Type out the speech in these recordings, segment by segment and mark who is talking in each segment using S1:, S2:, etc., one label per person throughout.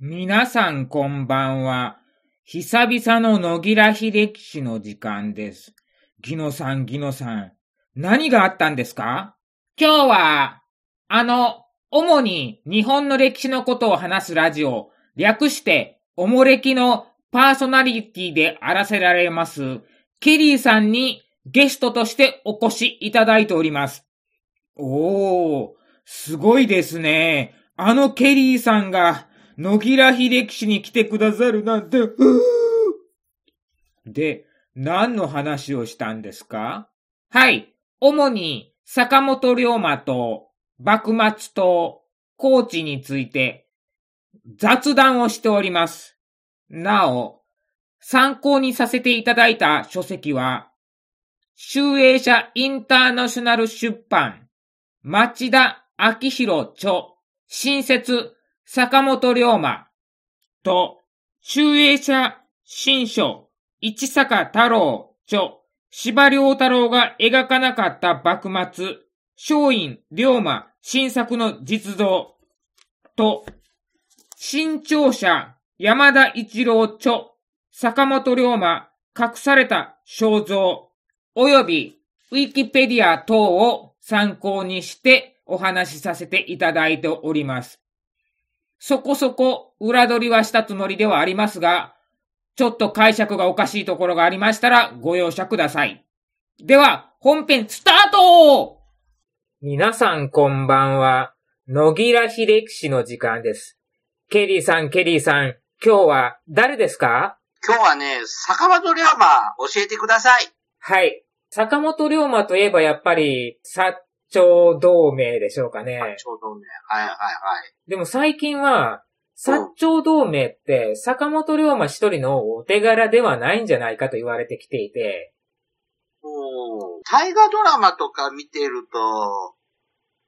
S1: 皆さんこんばんは。久々の野木良秀樹氏の時間です。ギノさん、ギノさん。何があったんですか今日は、あの、主に日本の歴史のことを話すラジオ、略して、おもれきのパーソナリティであらせられます、ケリーさんにゲストとしてお越しいただいております。おー、すごいですね。あのケリーさんが、野木良秀樹氏に来てくださるなんて、うーで、何の話をしたんですかはい。主に、坂本龍馬と、幕末と、高知について、雑談をしております。なお、参考にさせていただいた書籍は、集英社インターナショナル出版、町田明宏著、新設、坂本龍馬と、集英社新書、市坂太郎著、柴良太郎が描かなかった幕末、松陰龍馬新作の実像と、新潮社山田一郎著、坂本龍馬隠された肖像、およびウィキペディア等を参考にしてお話しさせていただいております。そこそこ裏取りはしたつもりではありますが、ちょっと解釈がおかしいところがありましたらご容赦ください。では、本編スタート皆さんこんばんは。野木良秀樹氏の時間です。ケリーさん、ケリーさん、今日は誰ですか
S2: 今日はね、坂本龍馬教えてください。
S1: はい。坂本龍馬といえばやっぱり、薩長同盟でしょうかね。
S2: ちょうどね。はいはいはい。
S1: でも最近は、薩長同盟って坂本龍馬一人のお手柄ではないんじゃないかと言われてきていて、
S2: もう、大河ドラマとか見てると、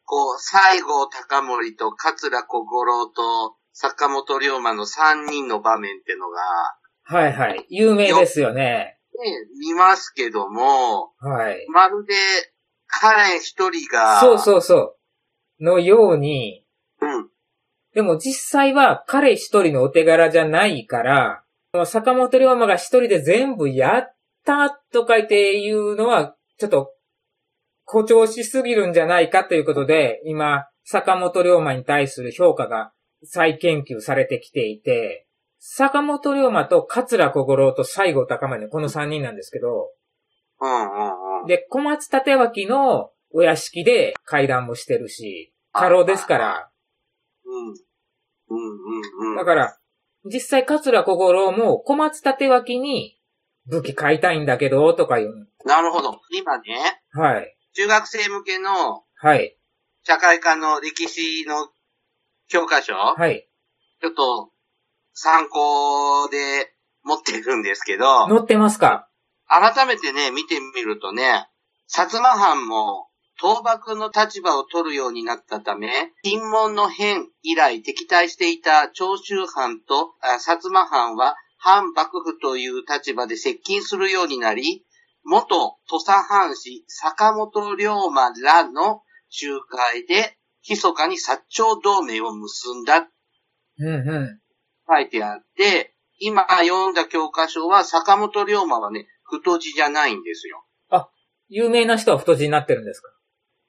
S2: こう、西郷隆盛と桂小五郎と坂本龍馬の3人の場面ってのが、
S1: はいはい、有名ですよね。
S2: ね、見ますけども、
S1: はい。
S2: まるで彼一人が、
S1: そうそうそう。のように、
S2: うん。
S1: でも実際は彼一人のお手柄じゃないから、坂本龍馬が一人で全部やったとか言っていうのは、ちょっと誇張しすぎるんじゃないかということで、今、坂本龍馬に対する評価が再研究されてきていて、坂本龍馬と桂小五郎と西郷隆盛のこの三人なんですけど、
S2: うんうんうん。
S1: で、小松立脇のお屋敷で会談もしてるし、過労ですから、
S2: うん。うんうんうん。
S1: だから、実際、桂小五郎も小松立脇に武器買いたいんだけど、とか言う。
S2: なるほど。今ね、
S1: はい。
S2: 中学生向けの
S1: はい。
S2: 社会科の歴史の教科書、
S1: はい。
S2: ちょっと参考で持ってるんですけど、
S1: 乗ってますか
S2: 改めてね、見てみるとね、薩摩藩も倒幕の立場を取るようになったため、金門の変以来敵対していた長州藩とあ薩摩藩は反幕府という立場で接近するようになり、元土佐藩士坂本龍馬らの仲介で、密かに薩長同盟を結んだ
S1: うんう
S2: 書いてあって、今読んだ教科書は坂本龍馬はね、太字じゃないんですよ。
S1: ん。有名な人は太字になってるんですか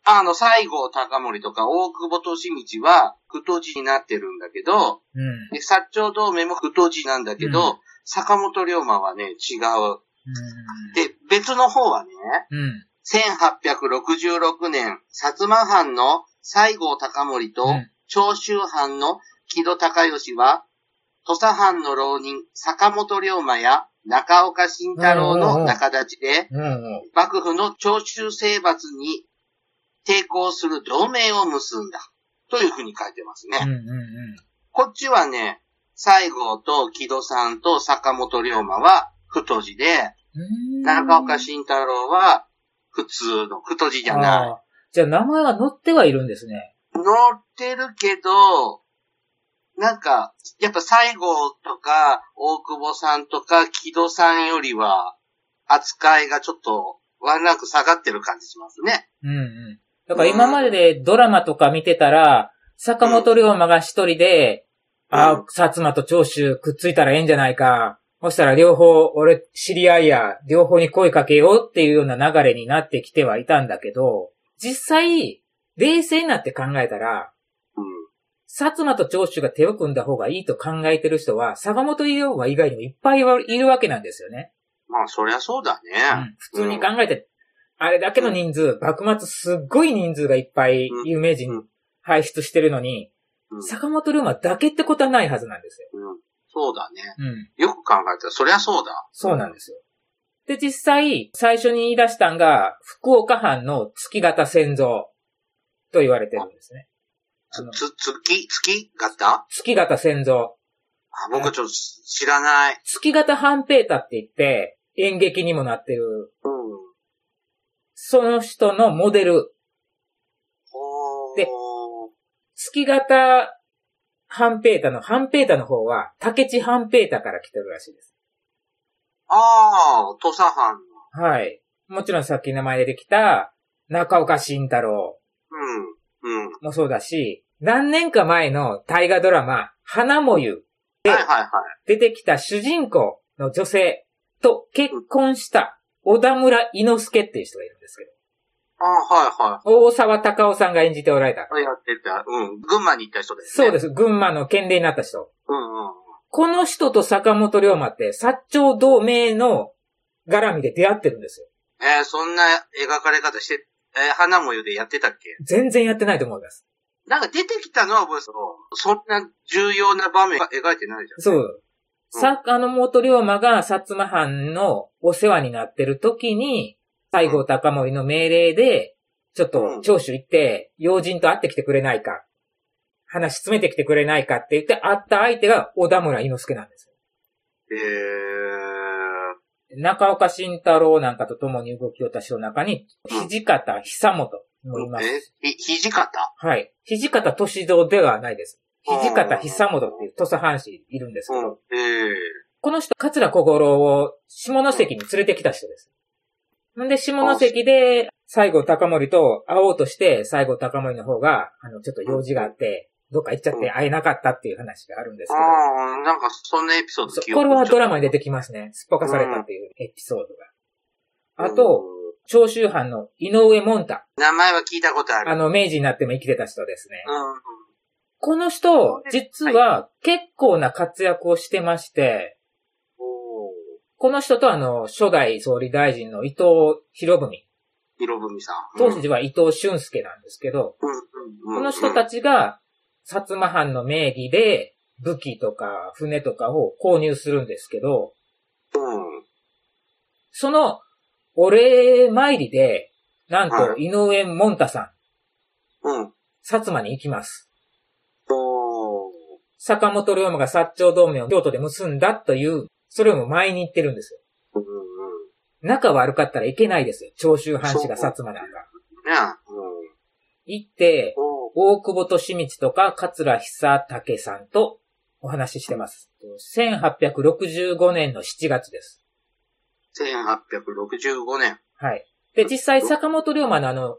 S2: あの、西郷隆盛とか大久保利通は太字になってるんだけど、
S1: うん。
S2: で薩長同盟も太字なんだけど、
S1: う
S2: 坂本龍馬はね、違う。
S1: う
S2: で、別の方はね、
S1: ん。うん。
S2: 1866年、薩摩藩の西郷隆盛と
S1: うん
S2: 長州藩の木戸孝義は、土佐藩の浪人、坂本龍馬や中岡慎太郎の仲立ちで、
S1: うんうん。
S2: 幕府の長州征伐に抵抗する同盟を結んだ。というふうに書いてますね。
S1: うんうん
S2: こっちはね、西郷と木戸さんと坂本龍馬は太字で、
S1: うん。
S2: 中岡
S1: い
S2: 慎太郎は普通の太字じゃない。
S1: じゃあ名前は乗ってはいるんですね。
S2: 乗ってるけど、なんか、やっぱ西郷とか、大久保さんとか、木戸さんよりは、扱いがちょっと、ワンランク下がってる感じしますね。
S1: うんうん。だから今まででドラマとか見てたら、坂本龍馬が一人であ、
S2: うん
S1: 薩摩と長州くっついたらええんじゃないか。そしたら両方、俺、知り合いや、両方に声かけようっていうような流れになってきてはいたんだけど、実際、冷静になって考えたら、
S2: うん。
S1: 薩摩と長州が手を組んだ方がいいと考えてる人は、坂本龍馬以外にもいっぱいいるわけなんですよね。
S2: まあ、そりゃそうだ
S1: う
S2: ね。
S1: ん普通に考えて、あれだけの人数、幕末すっごい人数がいっぱい有名人
S2: うん
S1: 輩出してるのに、
S2: うん。
S1: 坂本龍馬だけってことはないはずなんですよ。
S2: うんそうだね。
S1: うん。
S2: よく考えたら、そりゃそうだ。
S1: そうなんですよ。で、実際、最初に言い出したんが、福岡藩の月型先祖と言われてるんですね。あの
S2: つ、つ、月、月型
S1: 月型先祖。
S2: あ、僕はちょっとし知らない。
S1: 月型半平太って言って、演劇にもなってる、
S2: うん。
S1: その人のモデル
S2: ほー。
S1: で月型半平太の半平太の方は、竹地半平太から来てるらしいです。
S2: ああ、土佐藩の。
S1: はい。もちろんさっき名前出てきた、中岡慎太郎
S2: うん。うん。
S1: もそうだし、何年か前の大河ドラマ、花もゆで
S2: はいはいはい。
S1: 出てきた主人公の女性と結婚した小田村伊之助っていう人がいるんですけ
S2: ああ、は
S1: ど、大沢隆夫さんが演じておられた。
S2: いはい。やってた。うん。群馬に行った人ですね。。
S1: そうですす。群馬の県令になった人。
S2: うんうん。
S1: この人と坂本龍馬って、薩長同盟の絡みで出会ってるんですよ。
S2: えー、そんな描かれ方して、えー、花もゆでやってたっけ
S1: 全然やってないと思います。
S2: なんか出てきたのは覚えてたけどそんな重要な場面が描いてないじゃん。
S1: そう。
S2: うん
S1: 坂本龍馬が薩摩藩のお世話になってる時に、西郷隆盛の命令で、ちょっ
S2: う
S1: と
S2: ん
S1: 長州行って、要人と会ってきてくれないか、話詰めてきてくれないかって言って会った相手が小田村伊之助なんですよ。
S2: えー、
S1: 中岡慎太郎なんかと共に動きを出した人の中に、土方久本もいます。
S2: え、ひ、肘方
S1: はい。土方歳三ではないです。土方久本っていう土佐藩士いるんですけ
S2: う
S1: ど、
S2: ん。えー、
S1: この人、桂小五郎を下関に連れてきた人です。なんで、下関で、西郷隆盛と会おうとして、西郷隆盛の方が、あの、ちょっと用事があって、どっか行っちゃっ
S2: う
S1: て会えなかったっていう話があるんです
S2: ああ、なんかそんなエピソード
S1: けど、そこれはドラマに出てきますね。すっぽかされたっていうエピソードが。あと、、長州藩の井上門太。
S2: うん名前は聞いたことある。
S1: あの、明治になっても生きてた人ですね。
S2: うん。
S1: この人、実は結構な活躍をしてまして、
S2: おー、
S1: この人とあの、初代総理大臣の伊藤博文。
S2: 色文さん。
S1: 当時は伊藤俊介なんですけど、
S2: うん、うん、うん。
S1: この人
S2: ち。
S1: たちが薩摩藩の名義で武器とか船とかを購入するんですけど、
S2: うん。
S1: そのお礼参りで、なんと
S2: は
S1: 井上門太さん、
S2: うん。
S1: 薩摩に行きます。
S2: おー。
S1: 坂本龍馬が薩長同盟を京都で結んだという、それも前に行ってるんですよ。
S2: うん、うん。
S1: 仲悪かったらいけないですよ。長州藩士が薩摩なんか。
S2: ねうん。
S1: 行って、
S2: おー。
S1: 大久保利通とか桂久武さんとお話ししてます。1865年の7月です。
S2: 1865年。
S1: はい。で、実際坂本龍馬のあの、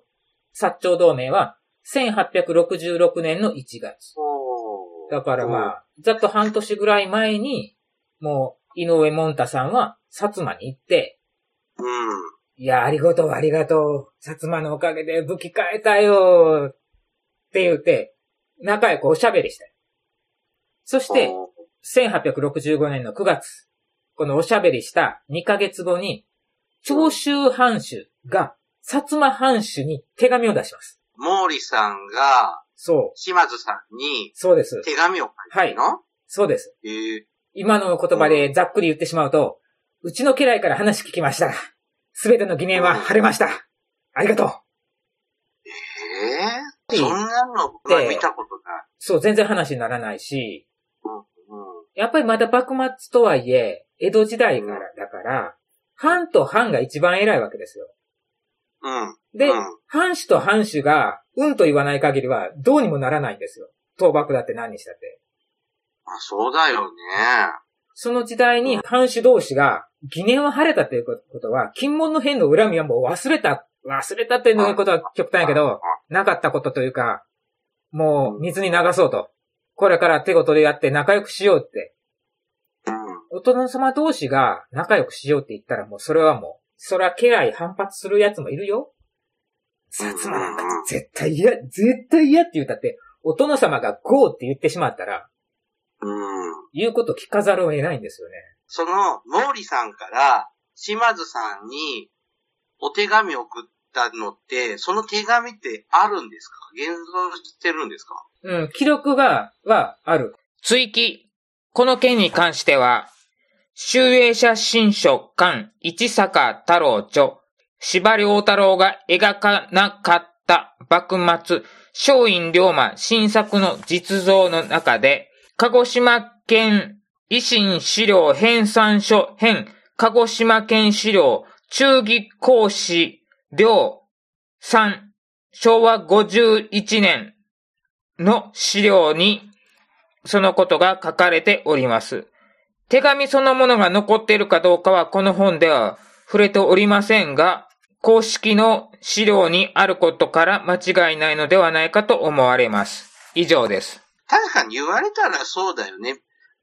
S1: 薩長同盟は1866年の1月。
S2: お
S1: だからまあ、ざっと半年ぐらい前に、もう、井上門太さんは薩摩に行って、
S2: あ。うん。
S1: いや、ありがとう、ありがとう。薩摩のおかげで武器変えたよ。って言って、仲良くおしゃべりした。そして、
S2: おー、
S1: 1865年の9月、このおしゃべりした2ヶ月後に、長州藩主が薩摩藩主に手紙を出します。
S2: 毛利さんが、
S1: そう。
S2: 島津さんに
S1: そうです。
S2: 手紙を書いてるの、
S1: そうです。
S2: ええ
S1: 今の言葉でざっくり言ってしまうと、うちの家来から話聞きました。すべての疑念は晴れました。ありがとう。
S2: ええそんなの、まあ
S1: で
S2: 見たことない。
S1: そう、全然話にならないし、
S2: うん。
S1: やっぱりまだ幕末とはいえ、江戸時代からだから、藩と藩が一番偉いわけですよ。
S2: うん。
S1: で、
S2: うん
S1: 藩主と藩主が、うんと言わない限りは、どうにもならないんですよ。倒幕だって何にしたって。
S2: まあ、そうだよね。
S1: その時代に藩主同士が、疑念は晴れたということは、金門の変の恨みはもう忘れた、忘れたっていうことは極端やけど、なかったことというか、もう水に流そうと。これから手を取り合って仲良くしようって。
S2: うん。
S1: お殿様同士が仲良くしようって言ったらもうそれはもう、それは家来反発する奴もいるよ。薩摩なんか絶対嫌、絶対嫌って言ったって、お殿様がゴーって言ってしまったら、
S2: うん。
S1: 言うこと聞かざるを得ないんですよね。
S2: その、毛利さんから、島津さんにお手紙を送ったのって、その手紙ってあるんですか現存してるんですか
S1: うん、記録が、はある。追記。この件に関しては、集英写真書館一坂太郎著、柴良太郎が描かなかった幕末、松陰龍馬新作の実像の中で、鹿児島県維新資料編纂書編、鹿児島県資料忠義講師両3、昭和51年の資料に、そのことが書かれております。手紙そのものが残っているかどうかはこの本では触れておりませんが、公式の資料にあることから間違いないのではないかと思われます。以上です。
S2: 確かに言われたらそうだよね。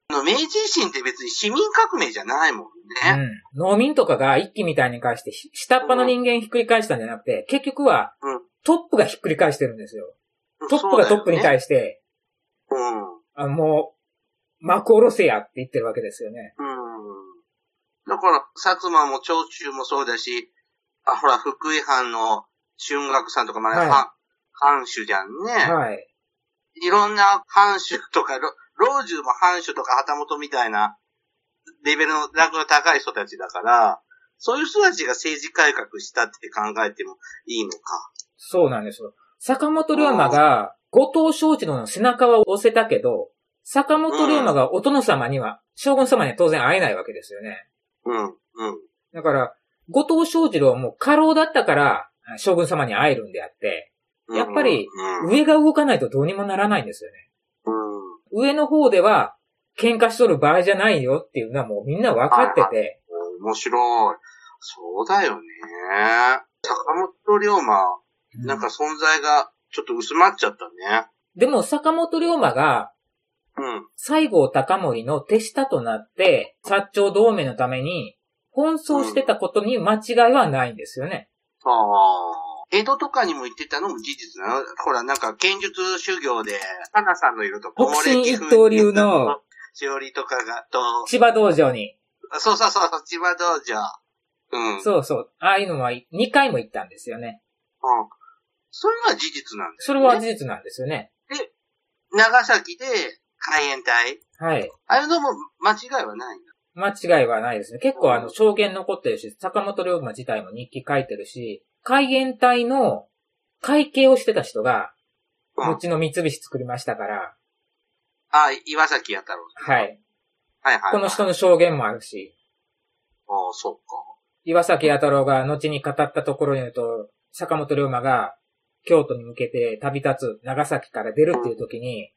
S2: あの、明治維新って別に市民革命じゃないもん
S1: う
S2: ね。
S1: ん。農民とかが一気みたいに返して、ひ下っ端の人間ひっくり返したんじゃなくて、結局は
S2: うん、
S1: トップがひっくり返してるんですよ。トップがトップに
S2: して。
S1: 対して、
S2: うん。うん。
S1: あもう、幕下ろせやって言ってるわけですよね。
S2: だから、薩摩も長州もそうだし、あ、ほら、福井藩の春学さんとかま
S1: はい
S2: だ藩、藩主じゃんね。
S1: はい。
S2: いろんな藩主とか、ろ老中も藩主とか旗本みたいなレベルの、ランクの高い人たちだから、そういう人たちが政治改革したって考えてもいいのか。
S1: そうなんですよ。坂本龍馬が、後藤正治の背中は押せたけど、坂本龍馬がお殿様には、将軍様には当然会えないわけですよね。
S2: うん、うん、
S1: だから、後藤正治郎はもう過労だったから、将軍様に会えるんであって、
S2: うん。
S1: やっぱり
S2: うん、
S1: 上が動かないとどうにもならないんですよね。
S2: うん、
S1: 上の方では、喧嘩しとる場合じゃないよっていうのはもうみんな分かってて、
S2: 面白い。そうだよね。坂本龍馬、なんか存在がちょっと薄まっちゃったね。
S1: でも坂本龍馬が、
S2: うん、
S1: 西郷隆盛の手下となって、薩長同盟のために、奔走してたことに間違いはないんですよね。
S2: ああ。江戸とかにも行ってたのも事実なのほら、なんか、剣術修行で、花さんの色と
S1: 北進一刀流の。
S2: しおりとかが、と、
S1: 千葉道場に。
S2: そうそうそうそう、千葉道場。うん。
S1: そうそう。ああいうのは2回も行ったんですよね。
S2: うん。それは事実なんだよね。
S1: それは事実なんですよね。
S2: 長崎で、海援隊。
S1: はい。
S2: ああいうのも間違いはないんだ。
S1: 間違いはないですね。結構あの、証言残ってるし、坂本龍馬自体も日記書いてるし、海援隊の会計をしてた人が、
S2: うん。
S1: うちの三菱作りましたから、
S2: ああ、岩崎弥太郎。
S1: はい。
S2: はいはいはい。
S1: この人の証言もあるし、
S2: ああ、そっか。
S1: 岩崎弥太郎が後に語ったところによると、坂本龍馬が京都に向けて旅立つ長崎から出るっていう時に、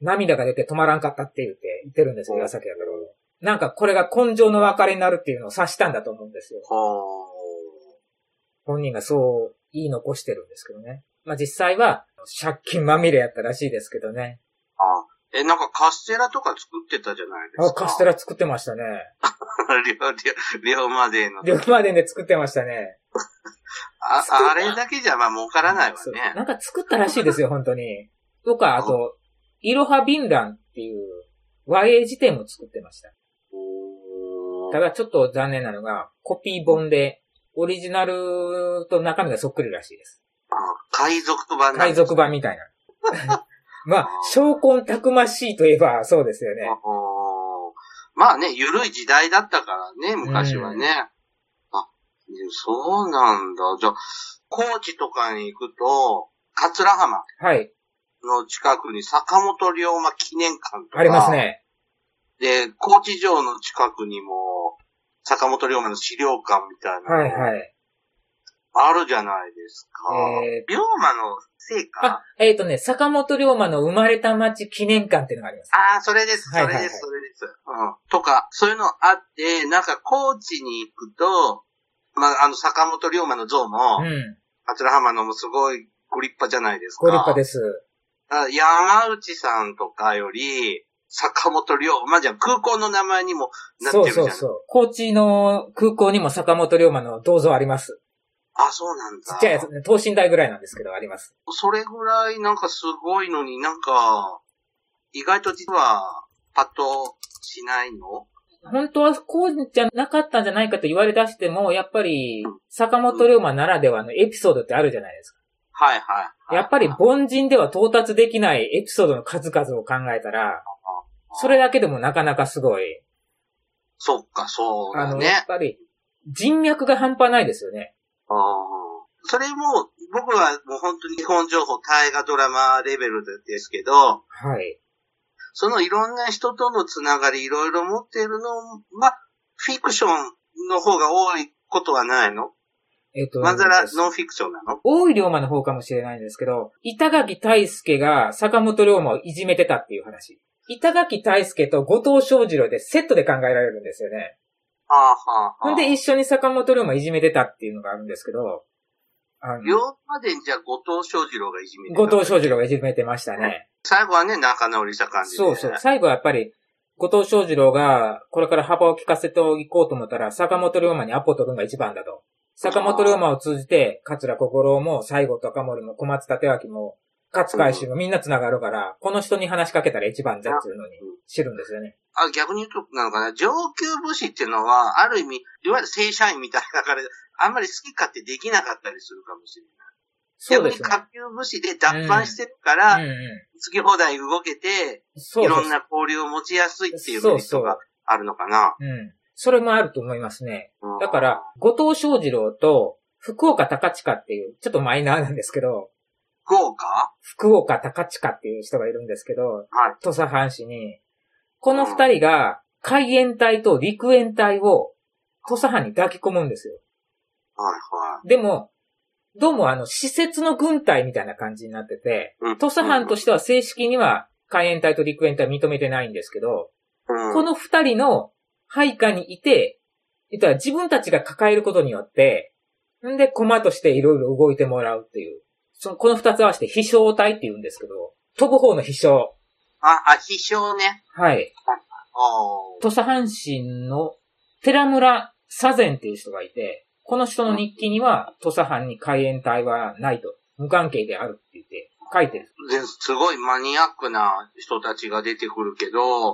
S1: 涙が出て止まらんかったって言って言ってるんですよ、
S2: うん
S1: 岩崎弥太郎が。なんかこれが根性の別れになるっていうのを察したんだと思うんですよ。
S2: ほ
S1: 本人がそう言い残してるんですけどね。まあ実際は借金まみれやったらしいですけどね。
S2: ああ。え、なんかカステラとか作ってたじゃないですか。
S1: あ、カス テラ作ってましたね。
S2: 龍龍龍馬での。
S1: 龍馬伝で作ってましたね。
S2: あ、
S1: 作る
S2: あれだけじゃまあ儲からないわ
S1: そう
S2: ね。
S1: なんか作ったらしいですよ、本当 に。とか、あと、いろはビンランっていう和英辞典も作ってました。
S2: お
S1: た
S2: ー
S1: だちょっと残念なのが、コピー本で、オリジナルと中身がそっくりらしいです。
S2: あ海賊版なん
S1: 海
S2: だ
S1: 賊版みたい な。まあ、昇魂たくましいといえばそうですよね。
S2: おーまあね、ゆるい時代だったからね、昔はね。あ、そうなんだ。じゃあ、高知とかに行くと、桂浜
S1: はい。
S2: の近くに坂本龍馬記念館とか。
S1: あります。ね。
S2: で、高知城の近くにも、坂本龍馬の資料館みたいな
S1: はい
S2: の
S1: はい。
S2: あるじゃないですか。
S1: え
S2: 龍馬のせいか。
S1: あ、えっ、とね、坂本龍馬の生まれた町記念館っていうのがあります。
S2: ああ、それです、そ
S1: はい
S2: れ
S1: はい
S2: で
S1: は
S2: す、
S1: い
S2: それです。うん。とか、そういうのあって、なんか高知に行くと、まあ、あの、坂本龍馬の像
S1: う
S2: も、
S1: ん。
S2: 桂浜のもすごいご立派じゃないですか。
S1: ご立派です。
S2: あ山内さんとかより、坂本龍馬じゃん。空港の名前にもなって
S1: そ
S2: る
S1: う
S2: じゃ
S1: そ
S2: ん。
S1: うそう。高知の空港にも坂本龍馬の銅像あります。
S2: あ、そうなん
S1: ち
S2: だ。
S1: っちゃいやつね、等身大ぐらいなんですけど、あります。
S2: それぐらいなんかすごいのになんか、意外と実は、パッとしないの
S1: 本当はこうじゃなかったんじゃないかと言われ出しても、やっぱり、坂本龍馬ならではのエピソードってあるじゃないですか。
S2: はいはい。
S1: やっぱり
S2: はい
S1: 凡人では到達できないエピソードの数々を考えたら、それだけでもなかなかすごい。
S2: そっか、そう
S1: あ
S2: だ
S1: の、や
S2: ね
S1: っ。ぱり、人脈が半端ないですよね。
S2: あーそれも、僕はもう本当に基本情報、大河ドラマレベルですけど、
S1: はい。
S2: そのいろんな人とのつながりいろいろ持っているのは、フィクションの方が多いことはないの
S1: えっと、
S2: まんざらノンフィクションなの
S1: 大井龍馬の方かもしれないんですけど、板垣大介が坂本龍馬をいじめてたっていう話。板垣大介と後藤正二郎でセットで考えられるんですよね。
S2: ああ、はあ、
S1: ほん
S2: はあ。
S1: で一緒に坂本龍馬いじめてたっていうのがあるんですけど、あの、
S2: 両までじゃあ後藤翔二郎がいじめてた
S1: 後藤正二郎がいじめてましたね。
S2: 最後はね、仲直りした感じで。
S1: そうそう。最後はやっぱり、後藤正二郎がこれから幅を利かせていこうと思ったら、坂本龍馬にアポ取るのが一番だと。坂本龍馬を通じて、桂小五郎も西郷隆盛も小松立脇も、勝海舟もみんな繋がるから、この人に話しかけたら一番だっていうのに知るんですよね。
S2: あ、逆に言うと、なのかな、上級武士っていうのは、ある意味、いわゆる正社員みたいなから、あんまり好き勝手できなかったりするかもしれない。
S1: そうですね
S2: 逆に。下級武士で脱藩してるから、
S1: うんうん、
S2: 好き放題動けて、
S1: そう
S2: いろ
S1: そ
S2: ん
S1: う
S2: な交流を持ちやすいっていうメ
S1: そ
S2: リ
S1: う
S2: ッ
S1: そ
S2: ト
S1: う
S2: があるのかな。
S1: うん。それもあると思いますね。
S2: うん
S1: だから、、後藤正二郎と、福岡高近っていう、ちょっとマイナーなんですけど、
S2: 豪華
S1: 福岡高近っていう人がいるんですけど、
S2: はい。
S1: 土佐藩士に、この二人が、海援隊と陸援隊を、土佐藩に抱き込むんですよ。
S2: はいは
S1: でも、どうもあの、施設の軍隊みたいな感じになってて、
S2: い。うん
S1: 土佐藩としては正式には海援隊と陸援隊認めてないんですけど、
S2: うん
S1: この二人の配下にいて、言ったら自分たちが抱えることによって、んで、駒としていろいろ動いてもらうっていう。その、この二つ合わせて飛翔隊って言うんですけど、飛ぶ方の飛翔。
S2: あ、あ、飛翔ね。
S1: はい。
S2: おー
S1: 土佐阪神の寺村左善っていう人がいて、この人の日記には土佐藩に海援隊はないと、無関係であるって言って書いてる。
S2: ですごいマニアックな人たちが出てくるけど、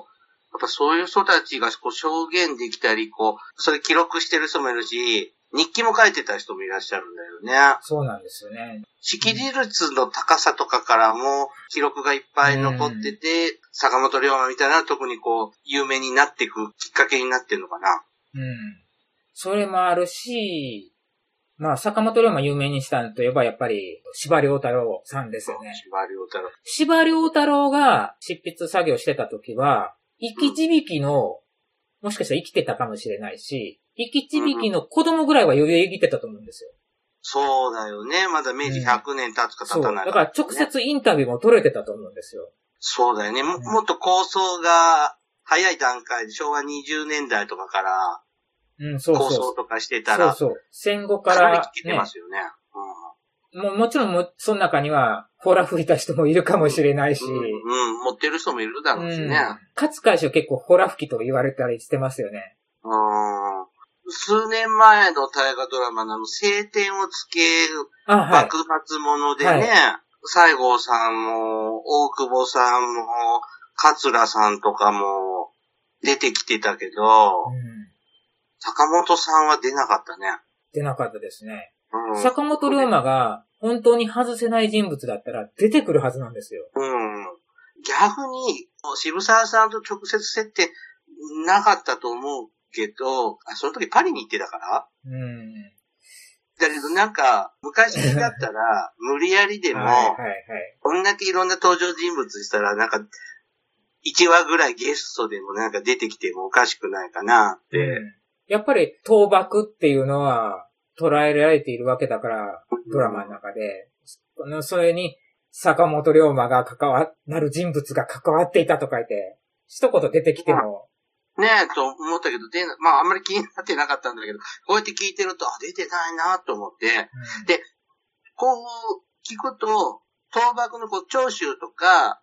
S2: やっぱそういう人たちがこう証言できたり、こう、それ記録してる人もいるし、日記も書いてた人もいらっしゃるんだよね。
S1: そうなんですよね。
S2: 識字率の高さとかからも記録がいっぱい残ってて、坂本龍馬みたいなのは特にこう、有名になっていくきっかけになってるのかな。
S1: うん。それもあるし、まあ、坂本龍馬有名にしたのといえば、やっぱり、柴良太郎さんですよね。
S2: 司馬遼太郎。
S1: 柴良太郎が執筆作業してた時は、生き字引の、もしかしたら生きてたかもしれないし、生き字引の子供ぐらいは余裕で生きてたと思うんですよ。
S2: そうだよね。まだ明治100年経つか
S1: そ
S2: 経
S1: う。
S2: た
S1: だ
S2: ない
S1: から直接インタビューも取れてたと思うんですよ。
S2: そうだよね。も
S1: うん
S2: もっと構想が早い段階で、昭和20年代とかから
S1: うん、そう
S2: 構
S1: そ
S2: 想
S1: う。
S2: とかしてた
S1: そう
S2: ら、
S1: そう。戦後か
S2: からなり
S1: ね、
S2: 聞けてますよね。
S1: もうもちろんも、その中には、ほら吹いた人もいるかもしれないし、
S2: うんうん。うん持ってる人もいるだろうしね。
S1: 勝海舟結構ホラ吹きと言われたりしてますよね。
S2: うん数年前の大河ドラマのあの晴天をつける
S1: あ、はい。
S2: 幕末ものでね、
S1: はい
S2: 西郷さんも、大久保さんも、桂さんとかも出てきてたけど
S1: う、ん。
S2: 坂本さんは出なかったね。
S1: 出なかったですね。
S2: うん
S1: 坂本龍馬が本当に外せない人物だったら出てくるはずなんですよ。
S2: うん。逆に、渋沢さんと直接接点なかったと思うけど、あその時パリに行ってたから
S1: うん。
S2: だけどなんか、昔だった ら、無理やりでも、
S1: はいはいはい。
S2: こんだけいろんな登場人物したら、なんか、1話ぐらいゲストでもなんか出てきてもおかしくないかなって。
S1: うんやっぱり倒幕っていうのは捉えられているわけだから、ドラマの中で。そのそれに坂本龍馬が関わ、なる人物が関わっていたと書いて、一言出てきても、
S2: ねえ、と思ったけど、で、まああんまり気になってなかったんだけど、こうやって聞いてると、あ、出てないなと思って、
S1: うん
S2: でこう聞くと、倒幕のこう長州とか、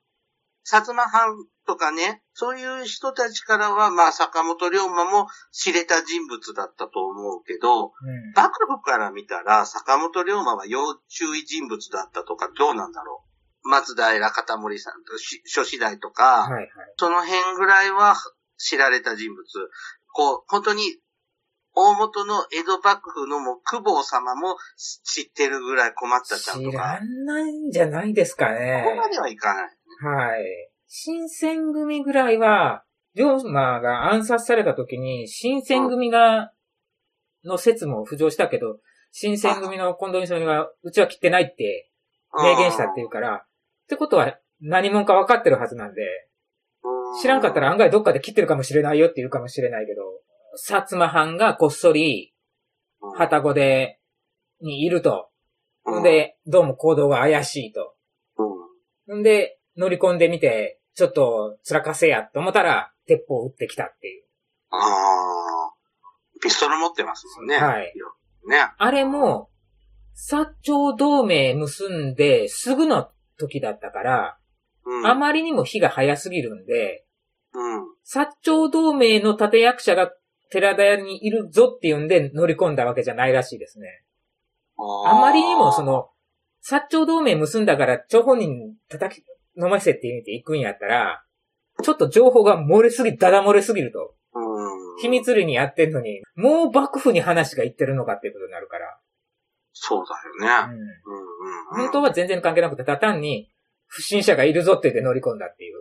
S2: 薩摩藩とかね、そういう人たちからは、まあ、坂本龍馬も知れた人物だったと思うけど、
S1: うん。
S2: 幕府から見たら、坂本龍馬は要注意人物だったとか、どうなんだろう。松平片森さんとし、諸次第とか、
S1: はいはい。
S2: その辺ぐらいは知られた人物。こう、本当に、大元の江戸幕府のもう久保様も知ってるぐらい困ったちゃんと
S1: 知
S2: か。
S1: らないんじゃないですか
S2: こ
S1: ね。
S2: こまではいかない。
S1: はい。新選組ぐらいは、龍馬が暗殺された時に、新選組が、の説も浮上したけど、新選組の近藤勇が、うちは切ってないって明言したっていうから、ってことは何者か分かってるはずなんで、
S2: うん
S1: 知らんかったら案外どっかで切ってるかもしれないよって言うかもしれないけど、薩摩藩がこっそり、旅籠で、にいると。
S2: うん
S1: んで、どうも行動が怪しいと。
S2: うん
S1: んで、乗り込んでみて、ちょっと辛かせやと思ったら、鉄砲撃ってきたっていう。
S2: あーピストル持ってますもんね。
S1: はい。
S2: ね。
S1: あれも、薩長同盟結んですぐの時だったから、
S2: うん。
S1: あまりにも火が早すぎるんで、
S2: うん。
S1: 薩長同盟の立役者が寺田屋にいるぞっていうんで乗り込んだわけじゃないらしいですね。
S2: あ
S1: あまりにもそ
S2: の、
S1: の、薩長同盟結んだから、張本人叩き、飲ませてって言って行くんやったら、ちょっと情報が漏れすぎ、だだ漏れすぎると。
S2: うん
S1: 秘。密裏にやってんのに、もう幕府に話がいってるのかっていうことになるから。
S2: そうだよね。
S1: うん
S2: うんうんうん。
S1: 本当は全然関係なくて、ただ単に、不審者がいるぞって言って乗り込んだっていう。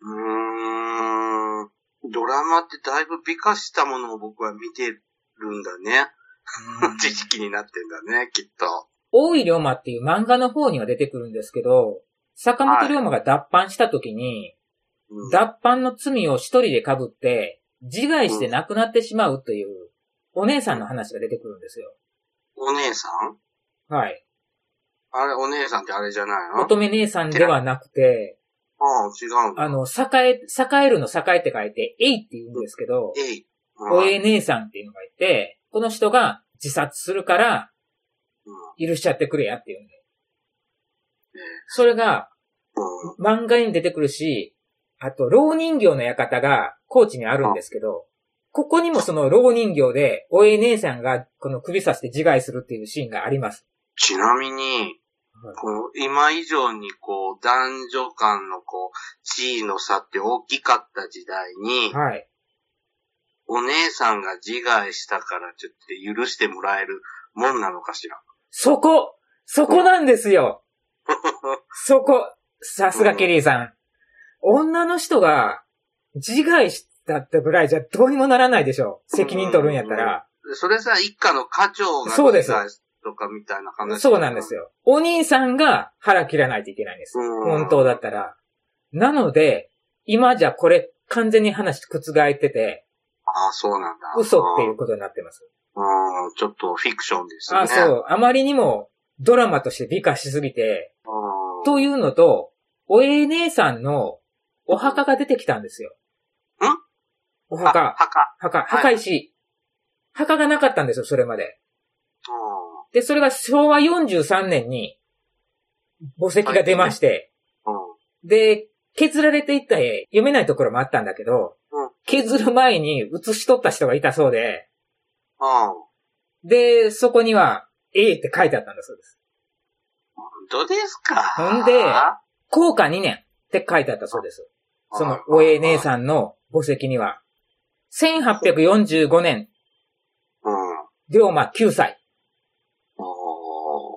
S2: うーん。ドラマってだいぶ美化したものを僕は見てるんだね。知識になってんだね、きっと。
S1: 大井龍馬っていう漫画の方には出てくるんですけど、坂本龍馬が脱藩した時に、
S2: うん
S1: 脱藩の罪を一人で被って、自害して亡くなってしまうという、お姉さんの話が出てくるんですよ。
S2: お姉さん
S1: はい。
S2: あれ、お姉さんってあれじゃないの
S1: 乙女姉さんではなくて、
S2: ああ、違うの。
S1: あの、栄え、栄えるの栄えって書いて、えいって言うんですけど、
S2: えい。うん
S1: おえ姉さんっていうのがいて、この人が自殺するから
S2: うん
S1: 許しちゃってくれやっていうんで。それが
S2: うん
S1: 漫画にも出てくるし、あと、老人形の館が高知にあるんですけど、ここにもその老人形で、おえ姉さんがこの首刺して自害するっていうシーンがあります。
S2: ちなみに、
S1: はい
S2: こう今以上にこう、男女間のこう、地位の差って大きかった時代に、
S1: はい。
S2: お姉さんが自害したからちょっと許してもらえるもんなのかしら。
S1: そこそこなんですよそこさすがケリーさん。女の人が自害したってぐらいじゃどうにもならないでしょ。責任取るんやったら。
S2: それさ、一家の家長が
S1: そうです
S2: 自害とかみたいな話。
S1: そうなんです
S2: よ。
S1: よ。お兄さんが腹切らないといけないんです。
S2: うん
S1: 本当だったら。なので、今じゃこれ完全に話覆ってて、
S2: ああ、そうなんだ。
S1: 嘘っていうことになってます。
S2: うん、ちょっとフィクションですね。
S1: あ、そう。あまりにもドラマとして美化しすぎて、
S2: うん。
S1: というのと、おえい姉さんのお墓が出てきたんですよ。
S2: ん
S1: お
S2: は
S1: 墓、
S2: 墓。
S1: 墓、墓石。墓がなかったんですよ、それまで。で、それが昭和43年に墓石が出まして、
S2: うん。
S1: で、削られていった絵、読めないところもあったんだけど
S2: うん、
S1: 削る前に写し取った人がいたそうで、
S2: うん。うん。
S1: で、そこには、ええって書いてあったんだそうです。
S2: 本当ですか
S1: ほんで効果2年って書いてあったそうです。その、おえい姉さんの墓石には、1845年、
S2: ん。うん。
S1: 龍馬9歳。
S2: おー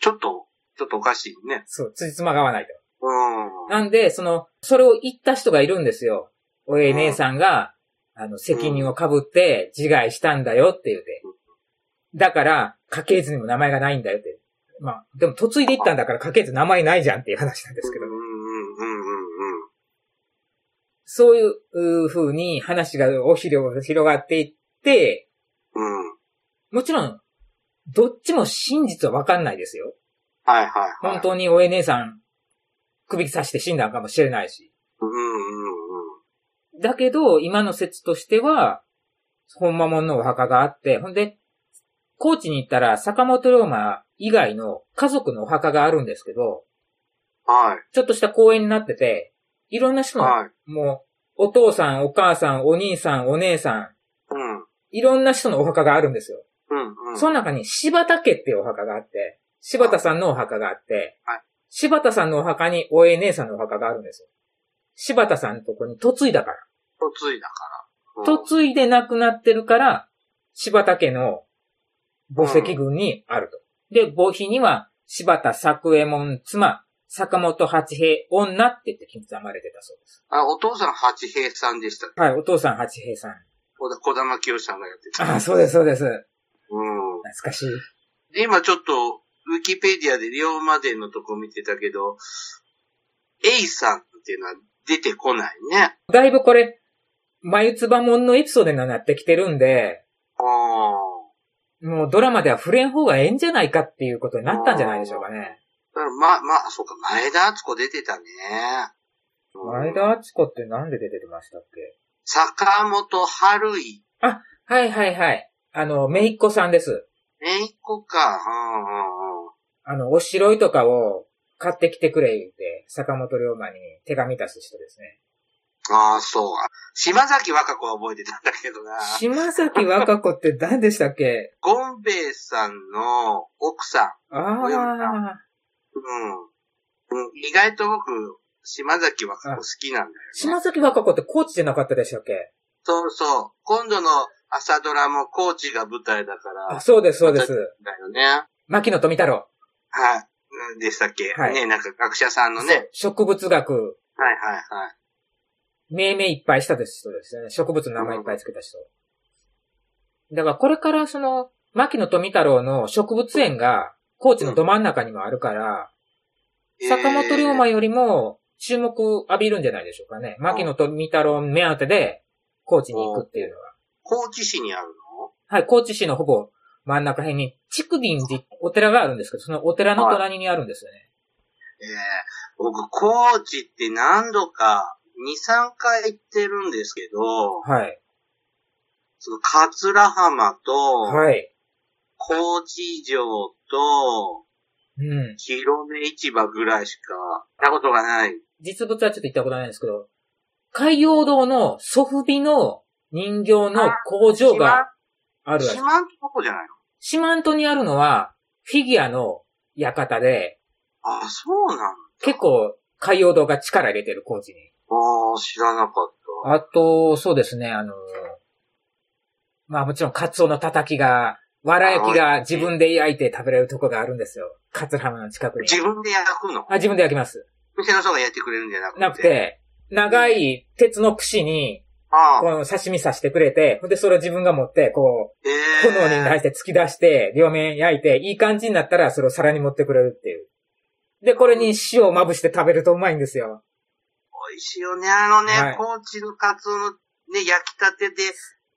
S2: ちょっと、ちょっとおかしいね。
S1: そう、辻褄が合わないと。
S2: うん。
S1: なんで、その、それを言った人がいるんですよ。おえい姉さんが、あの、責任を被って自害したんだよって言うて。だから、家系図にも名前がないんだよって。まあ、でも、嫁いでいったんだから家系図名前ないじゃんっていう話なんですけど
S2: うん。うんうんうんうん。
S1: そういううー風に話が、お広広がっていって、
S2: うん。
S1: もちろん、どっちも真実はわかんないですよ。
S2: はいはいはい。
S1: 本当におえ姉さん、首刺して死んだのかもしれないし。
S2: うんうんうん。
S1: だけど、今の説としては、本間もんのお墓があって、ほんで、高知に行ったら坂本龍馬以外の家族のお墓があるんですけど、
S2: はい。
S1: ちょっとした公園になってて、いろんな人の、
S2: はい。
S1: もう、お父さん、お母さん、お兄さん、お姉さん、
S2: うん。
S1: いろんな人のお墓があるんですよ。
S2: うん。うん。
S1: その中に柴田家っていうお墓があって、柴田さんのお墓があって
S2: はい、
S1: 柴田さんのお墓におえ姉さんのお墓があるんですよ。柴田さんのとこに嫁いだから。
S2: 嫁いだから。うん
S1: 嫁いで亡くなってるから、柴田家の墓石群にあると。で、墓碑には、柴田作右衛門妻、坂本八平女って言って刻まれてたそうです。
S2: あ、お父さん八平さんでした。
S1: はい、お父さん八平さん。
S2: 小田小玉清さんがやってた。
S1: ああ、そうです、そうです。
S2: うん。
S1: 懐かしい。
S2: で今ちょっと、ウィキペディアで龍馬伝のとこ見てたけど、エイさんっていうのは出てこないね。
S1: だいぶこれ、眉唾門のエピソードにはなってきてるんで、
S2: あ
S1: もうドラマでは触れん方がええんじゃないかっていうことになったんじゃないでしょうかね。
S2: あ。だからま、ま、そうか、前田敦子出てたね。うん
S1: 前田敦子ってなんで出てましたっけ
S2: 坂本春井。
S1: はいはいはい。あの、めいっ子さんです。
S2: めいっ子か。うんうんうん。
S1: あの、おしろいとかを買ってきてくれ言って、坂本龍馬に手紙出す人ですね。
S2: ああ、そう。島崎和歌子は覚えてたんだけどな。
S1: 島崎和歌子って誰でしたっけ
S2: ゴンベイさんの奥さん。
S1: あ
S2: 小山
S1: あ、
S2: うん。うん、意外と僕、島崎和歌子好きなんだよね。
S1: 島崎和歌子って高知じゃなかったでしたっけ
S2: そうそう。今度の朝ドラも高知が舞台だから
S1: あ、、そうです、そうです。
S2: だよね。
S1: 牧野富太郎。
S2: はい。うんでしたっけ、
S1: はい
S2: ね、なんか学者さんのね。
S1: そう植物学、
S2: はいはいはい。
S1: 命名いっぱいした人ですね。植物の名前いっぱいつけた人。だからこれからその、牧野富太郎の植物園が高知のど真ん中にもあるから、坂本龍馬
S2: えー
S1: よりも注目浴びるんじゃないでしょうかね。牧野富太郎目当てで高知に行くっていうのは。
S2: 高知市にあるの
S1: はい、高知市のほぼ真ん中辺に竹林寺、お寺があるんですけど、そのお寺の隣にあるんですよね。
S2: ええ僕、高知って何度か、2、3回行ってるんですけど、
S1: はい。
S2: その、桂浜と、
S1: はい。
S2: 高知城と、
S1: うん。
S2: 広め市場ぐらいしか、行ったことがない。
S1: 実物はちょっと行ったことないんですけど、海洋堂の祖父母の人形の工場があるらしい。
S2: 島のとこじゃないの
S1: 四万十にあるのはフィギュアの館で、
S2: あ、そうなの
S1: 結構海洋堂が力入れてる高知に。
S2: ああ、知らなかった。
S1: あと、そうですね、あの、まあもちろんカツオのたたきが、わら焼きが自分で焼いて食べれるとこがあるんですよ。カツハムの近くに。
S2: 自分で焼くの
S1: あ自分で焼きます。
S2: 店の人が焼いてくれるんじゃなくて。
S1: なく。て、長い鉄の串に、
S2: あ
S1: こ
S2: あ、
S1: の刺身刺してくれて、で、それを自分が持って、こ
S2: え
S1: う、
S2: え
S1: 炎に対して突き出して、両面焼いて、いい感じになったら、それを皿に持ってくれるっていう。で、これに塩をまぶして食べるとうまいんですよ。
S2: 美味しいよね。あのね、
S1: はい
S2: 高知のカツオのね、焼きたてで、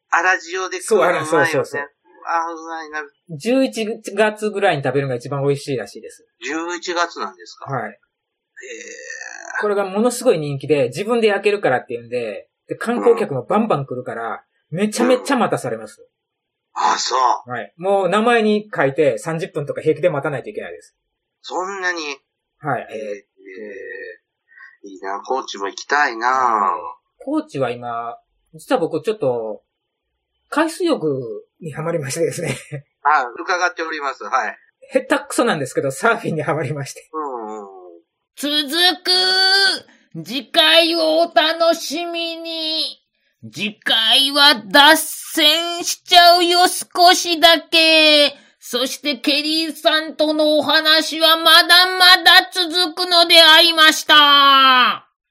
S2: 粗塩で
S1: そう
S2: うの
S1: あ
S2: う
S1: の
S2: まい
S1: そ
S2: よ
S1: うそうそ
S2: ね。ああ、うまいな。
S1: 11月ぐらいに食べるのが一番美味しいらしいです。
S2: 11月なんですか。
S1: はい。
S2: ええ
S1: これがものすごい人気で、自分で焼けるからっていうんで、で観光客もバンバン来るから、めちゃめちゃ待たされます。
S2: ああ、そう。
S1: はい。もう名前に書いて30分とか平気で待たないといけないです。
S2: そんなに。
S1: はい。
S2: ええ
S1: えー
S2: いいな、高知も行きたいな。
S1: 高知は今、実は僕ちょっと、海水浴にハマりましてですね。
S2: あ伺っております。はい。
S1: 下手くそなんですけど、サーフィンにハマりまして。
S2: うんうん。
S3: 続く次回をお楽しみに次回は脱線しちゃうよ少しだけそしてケリーさんとのお話はまだまだ続くのでありました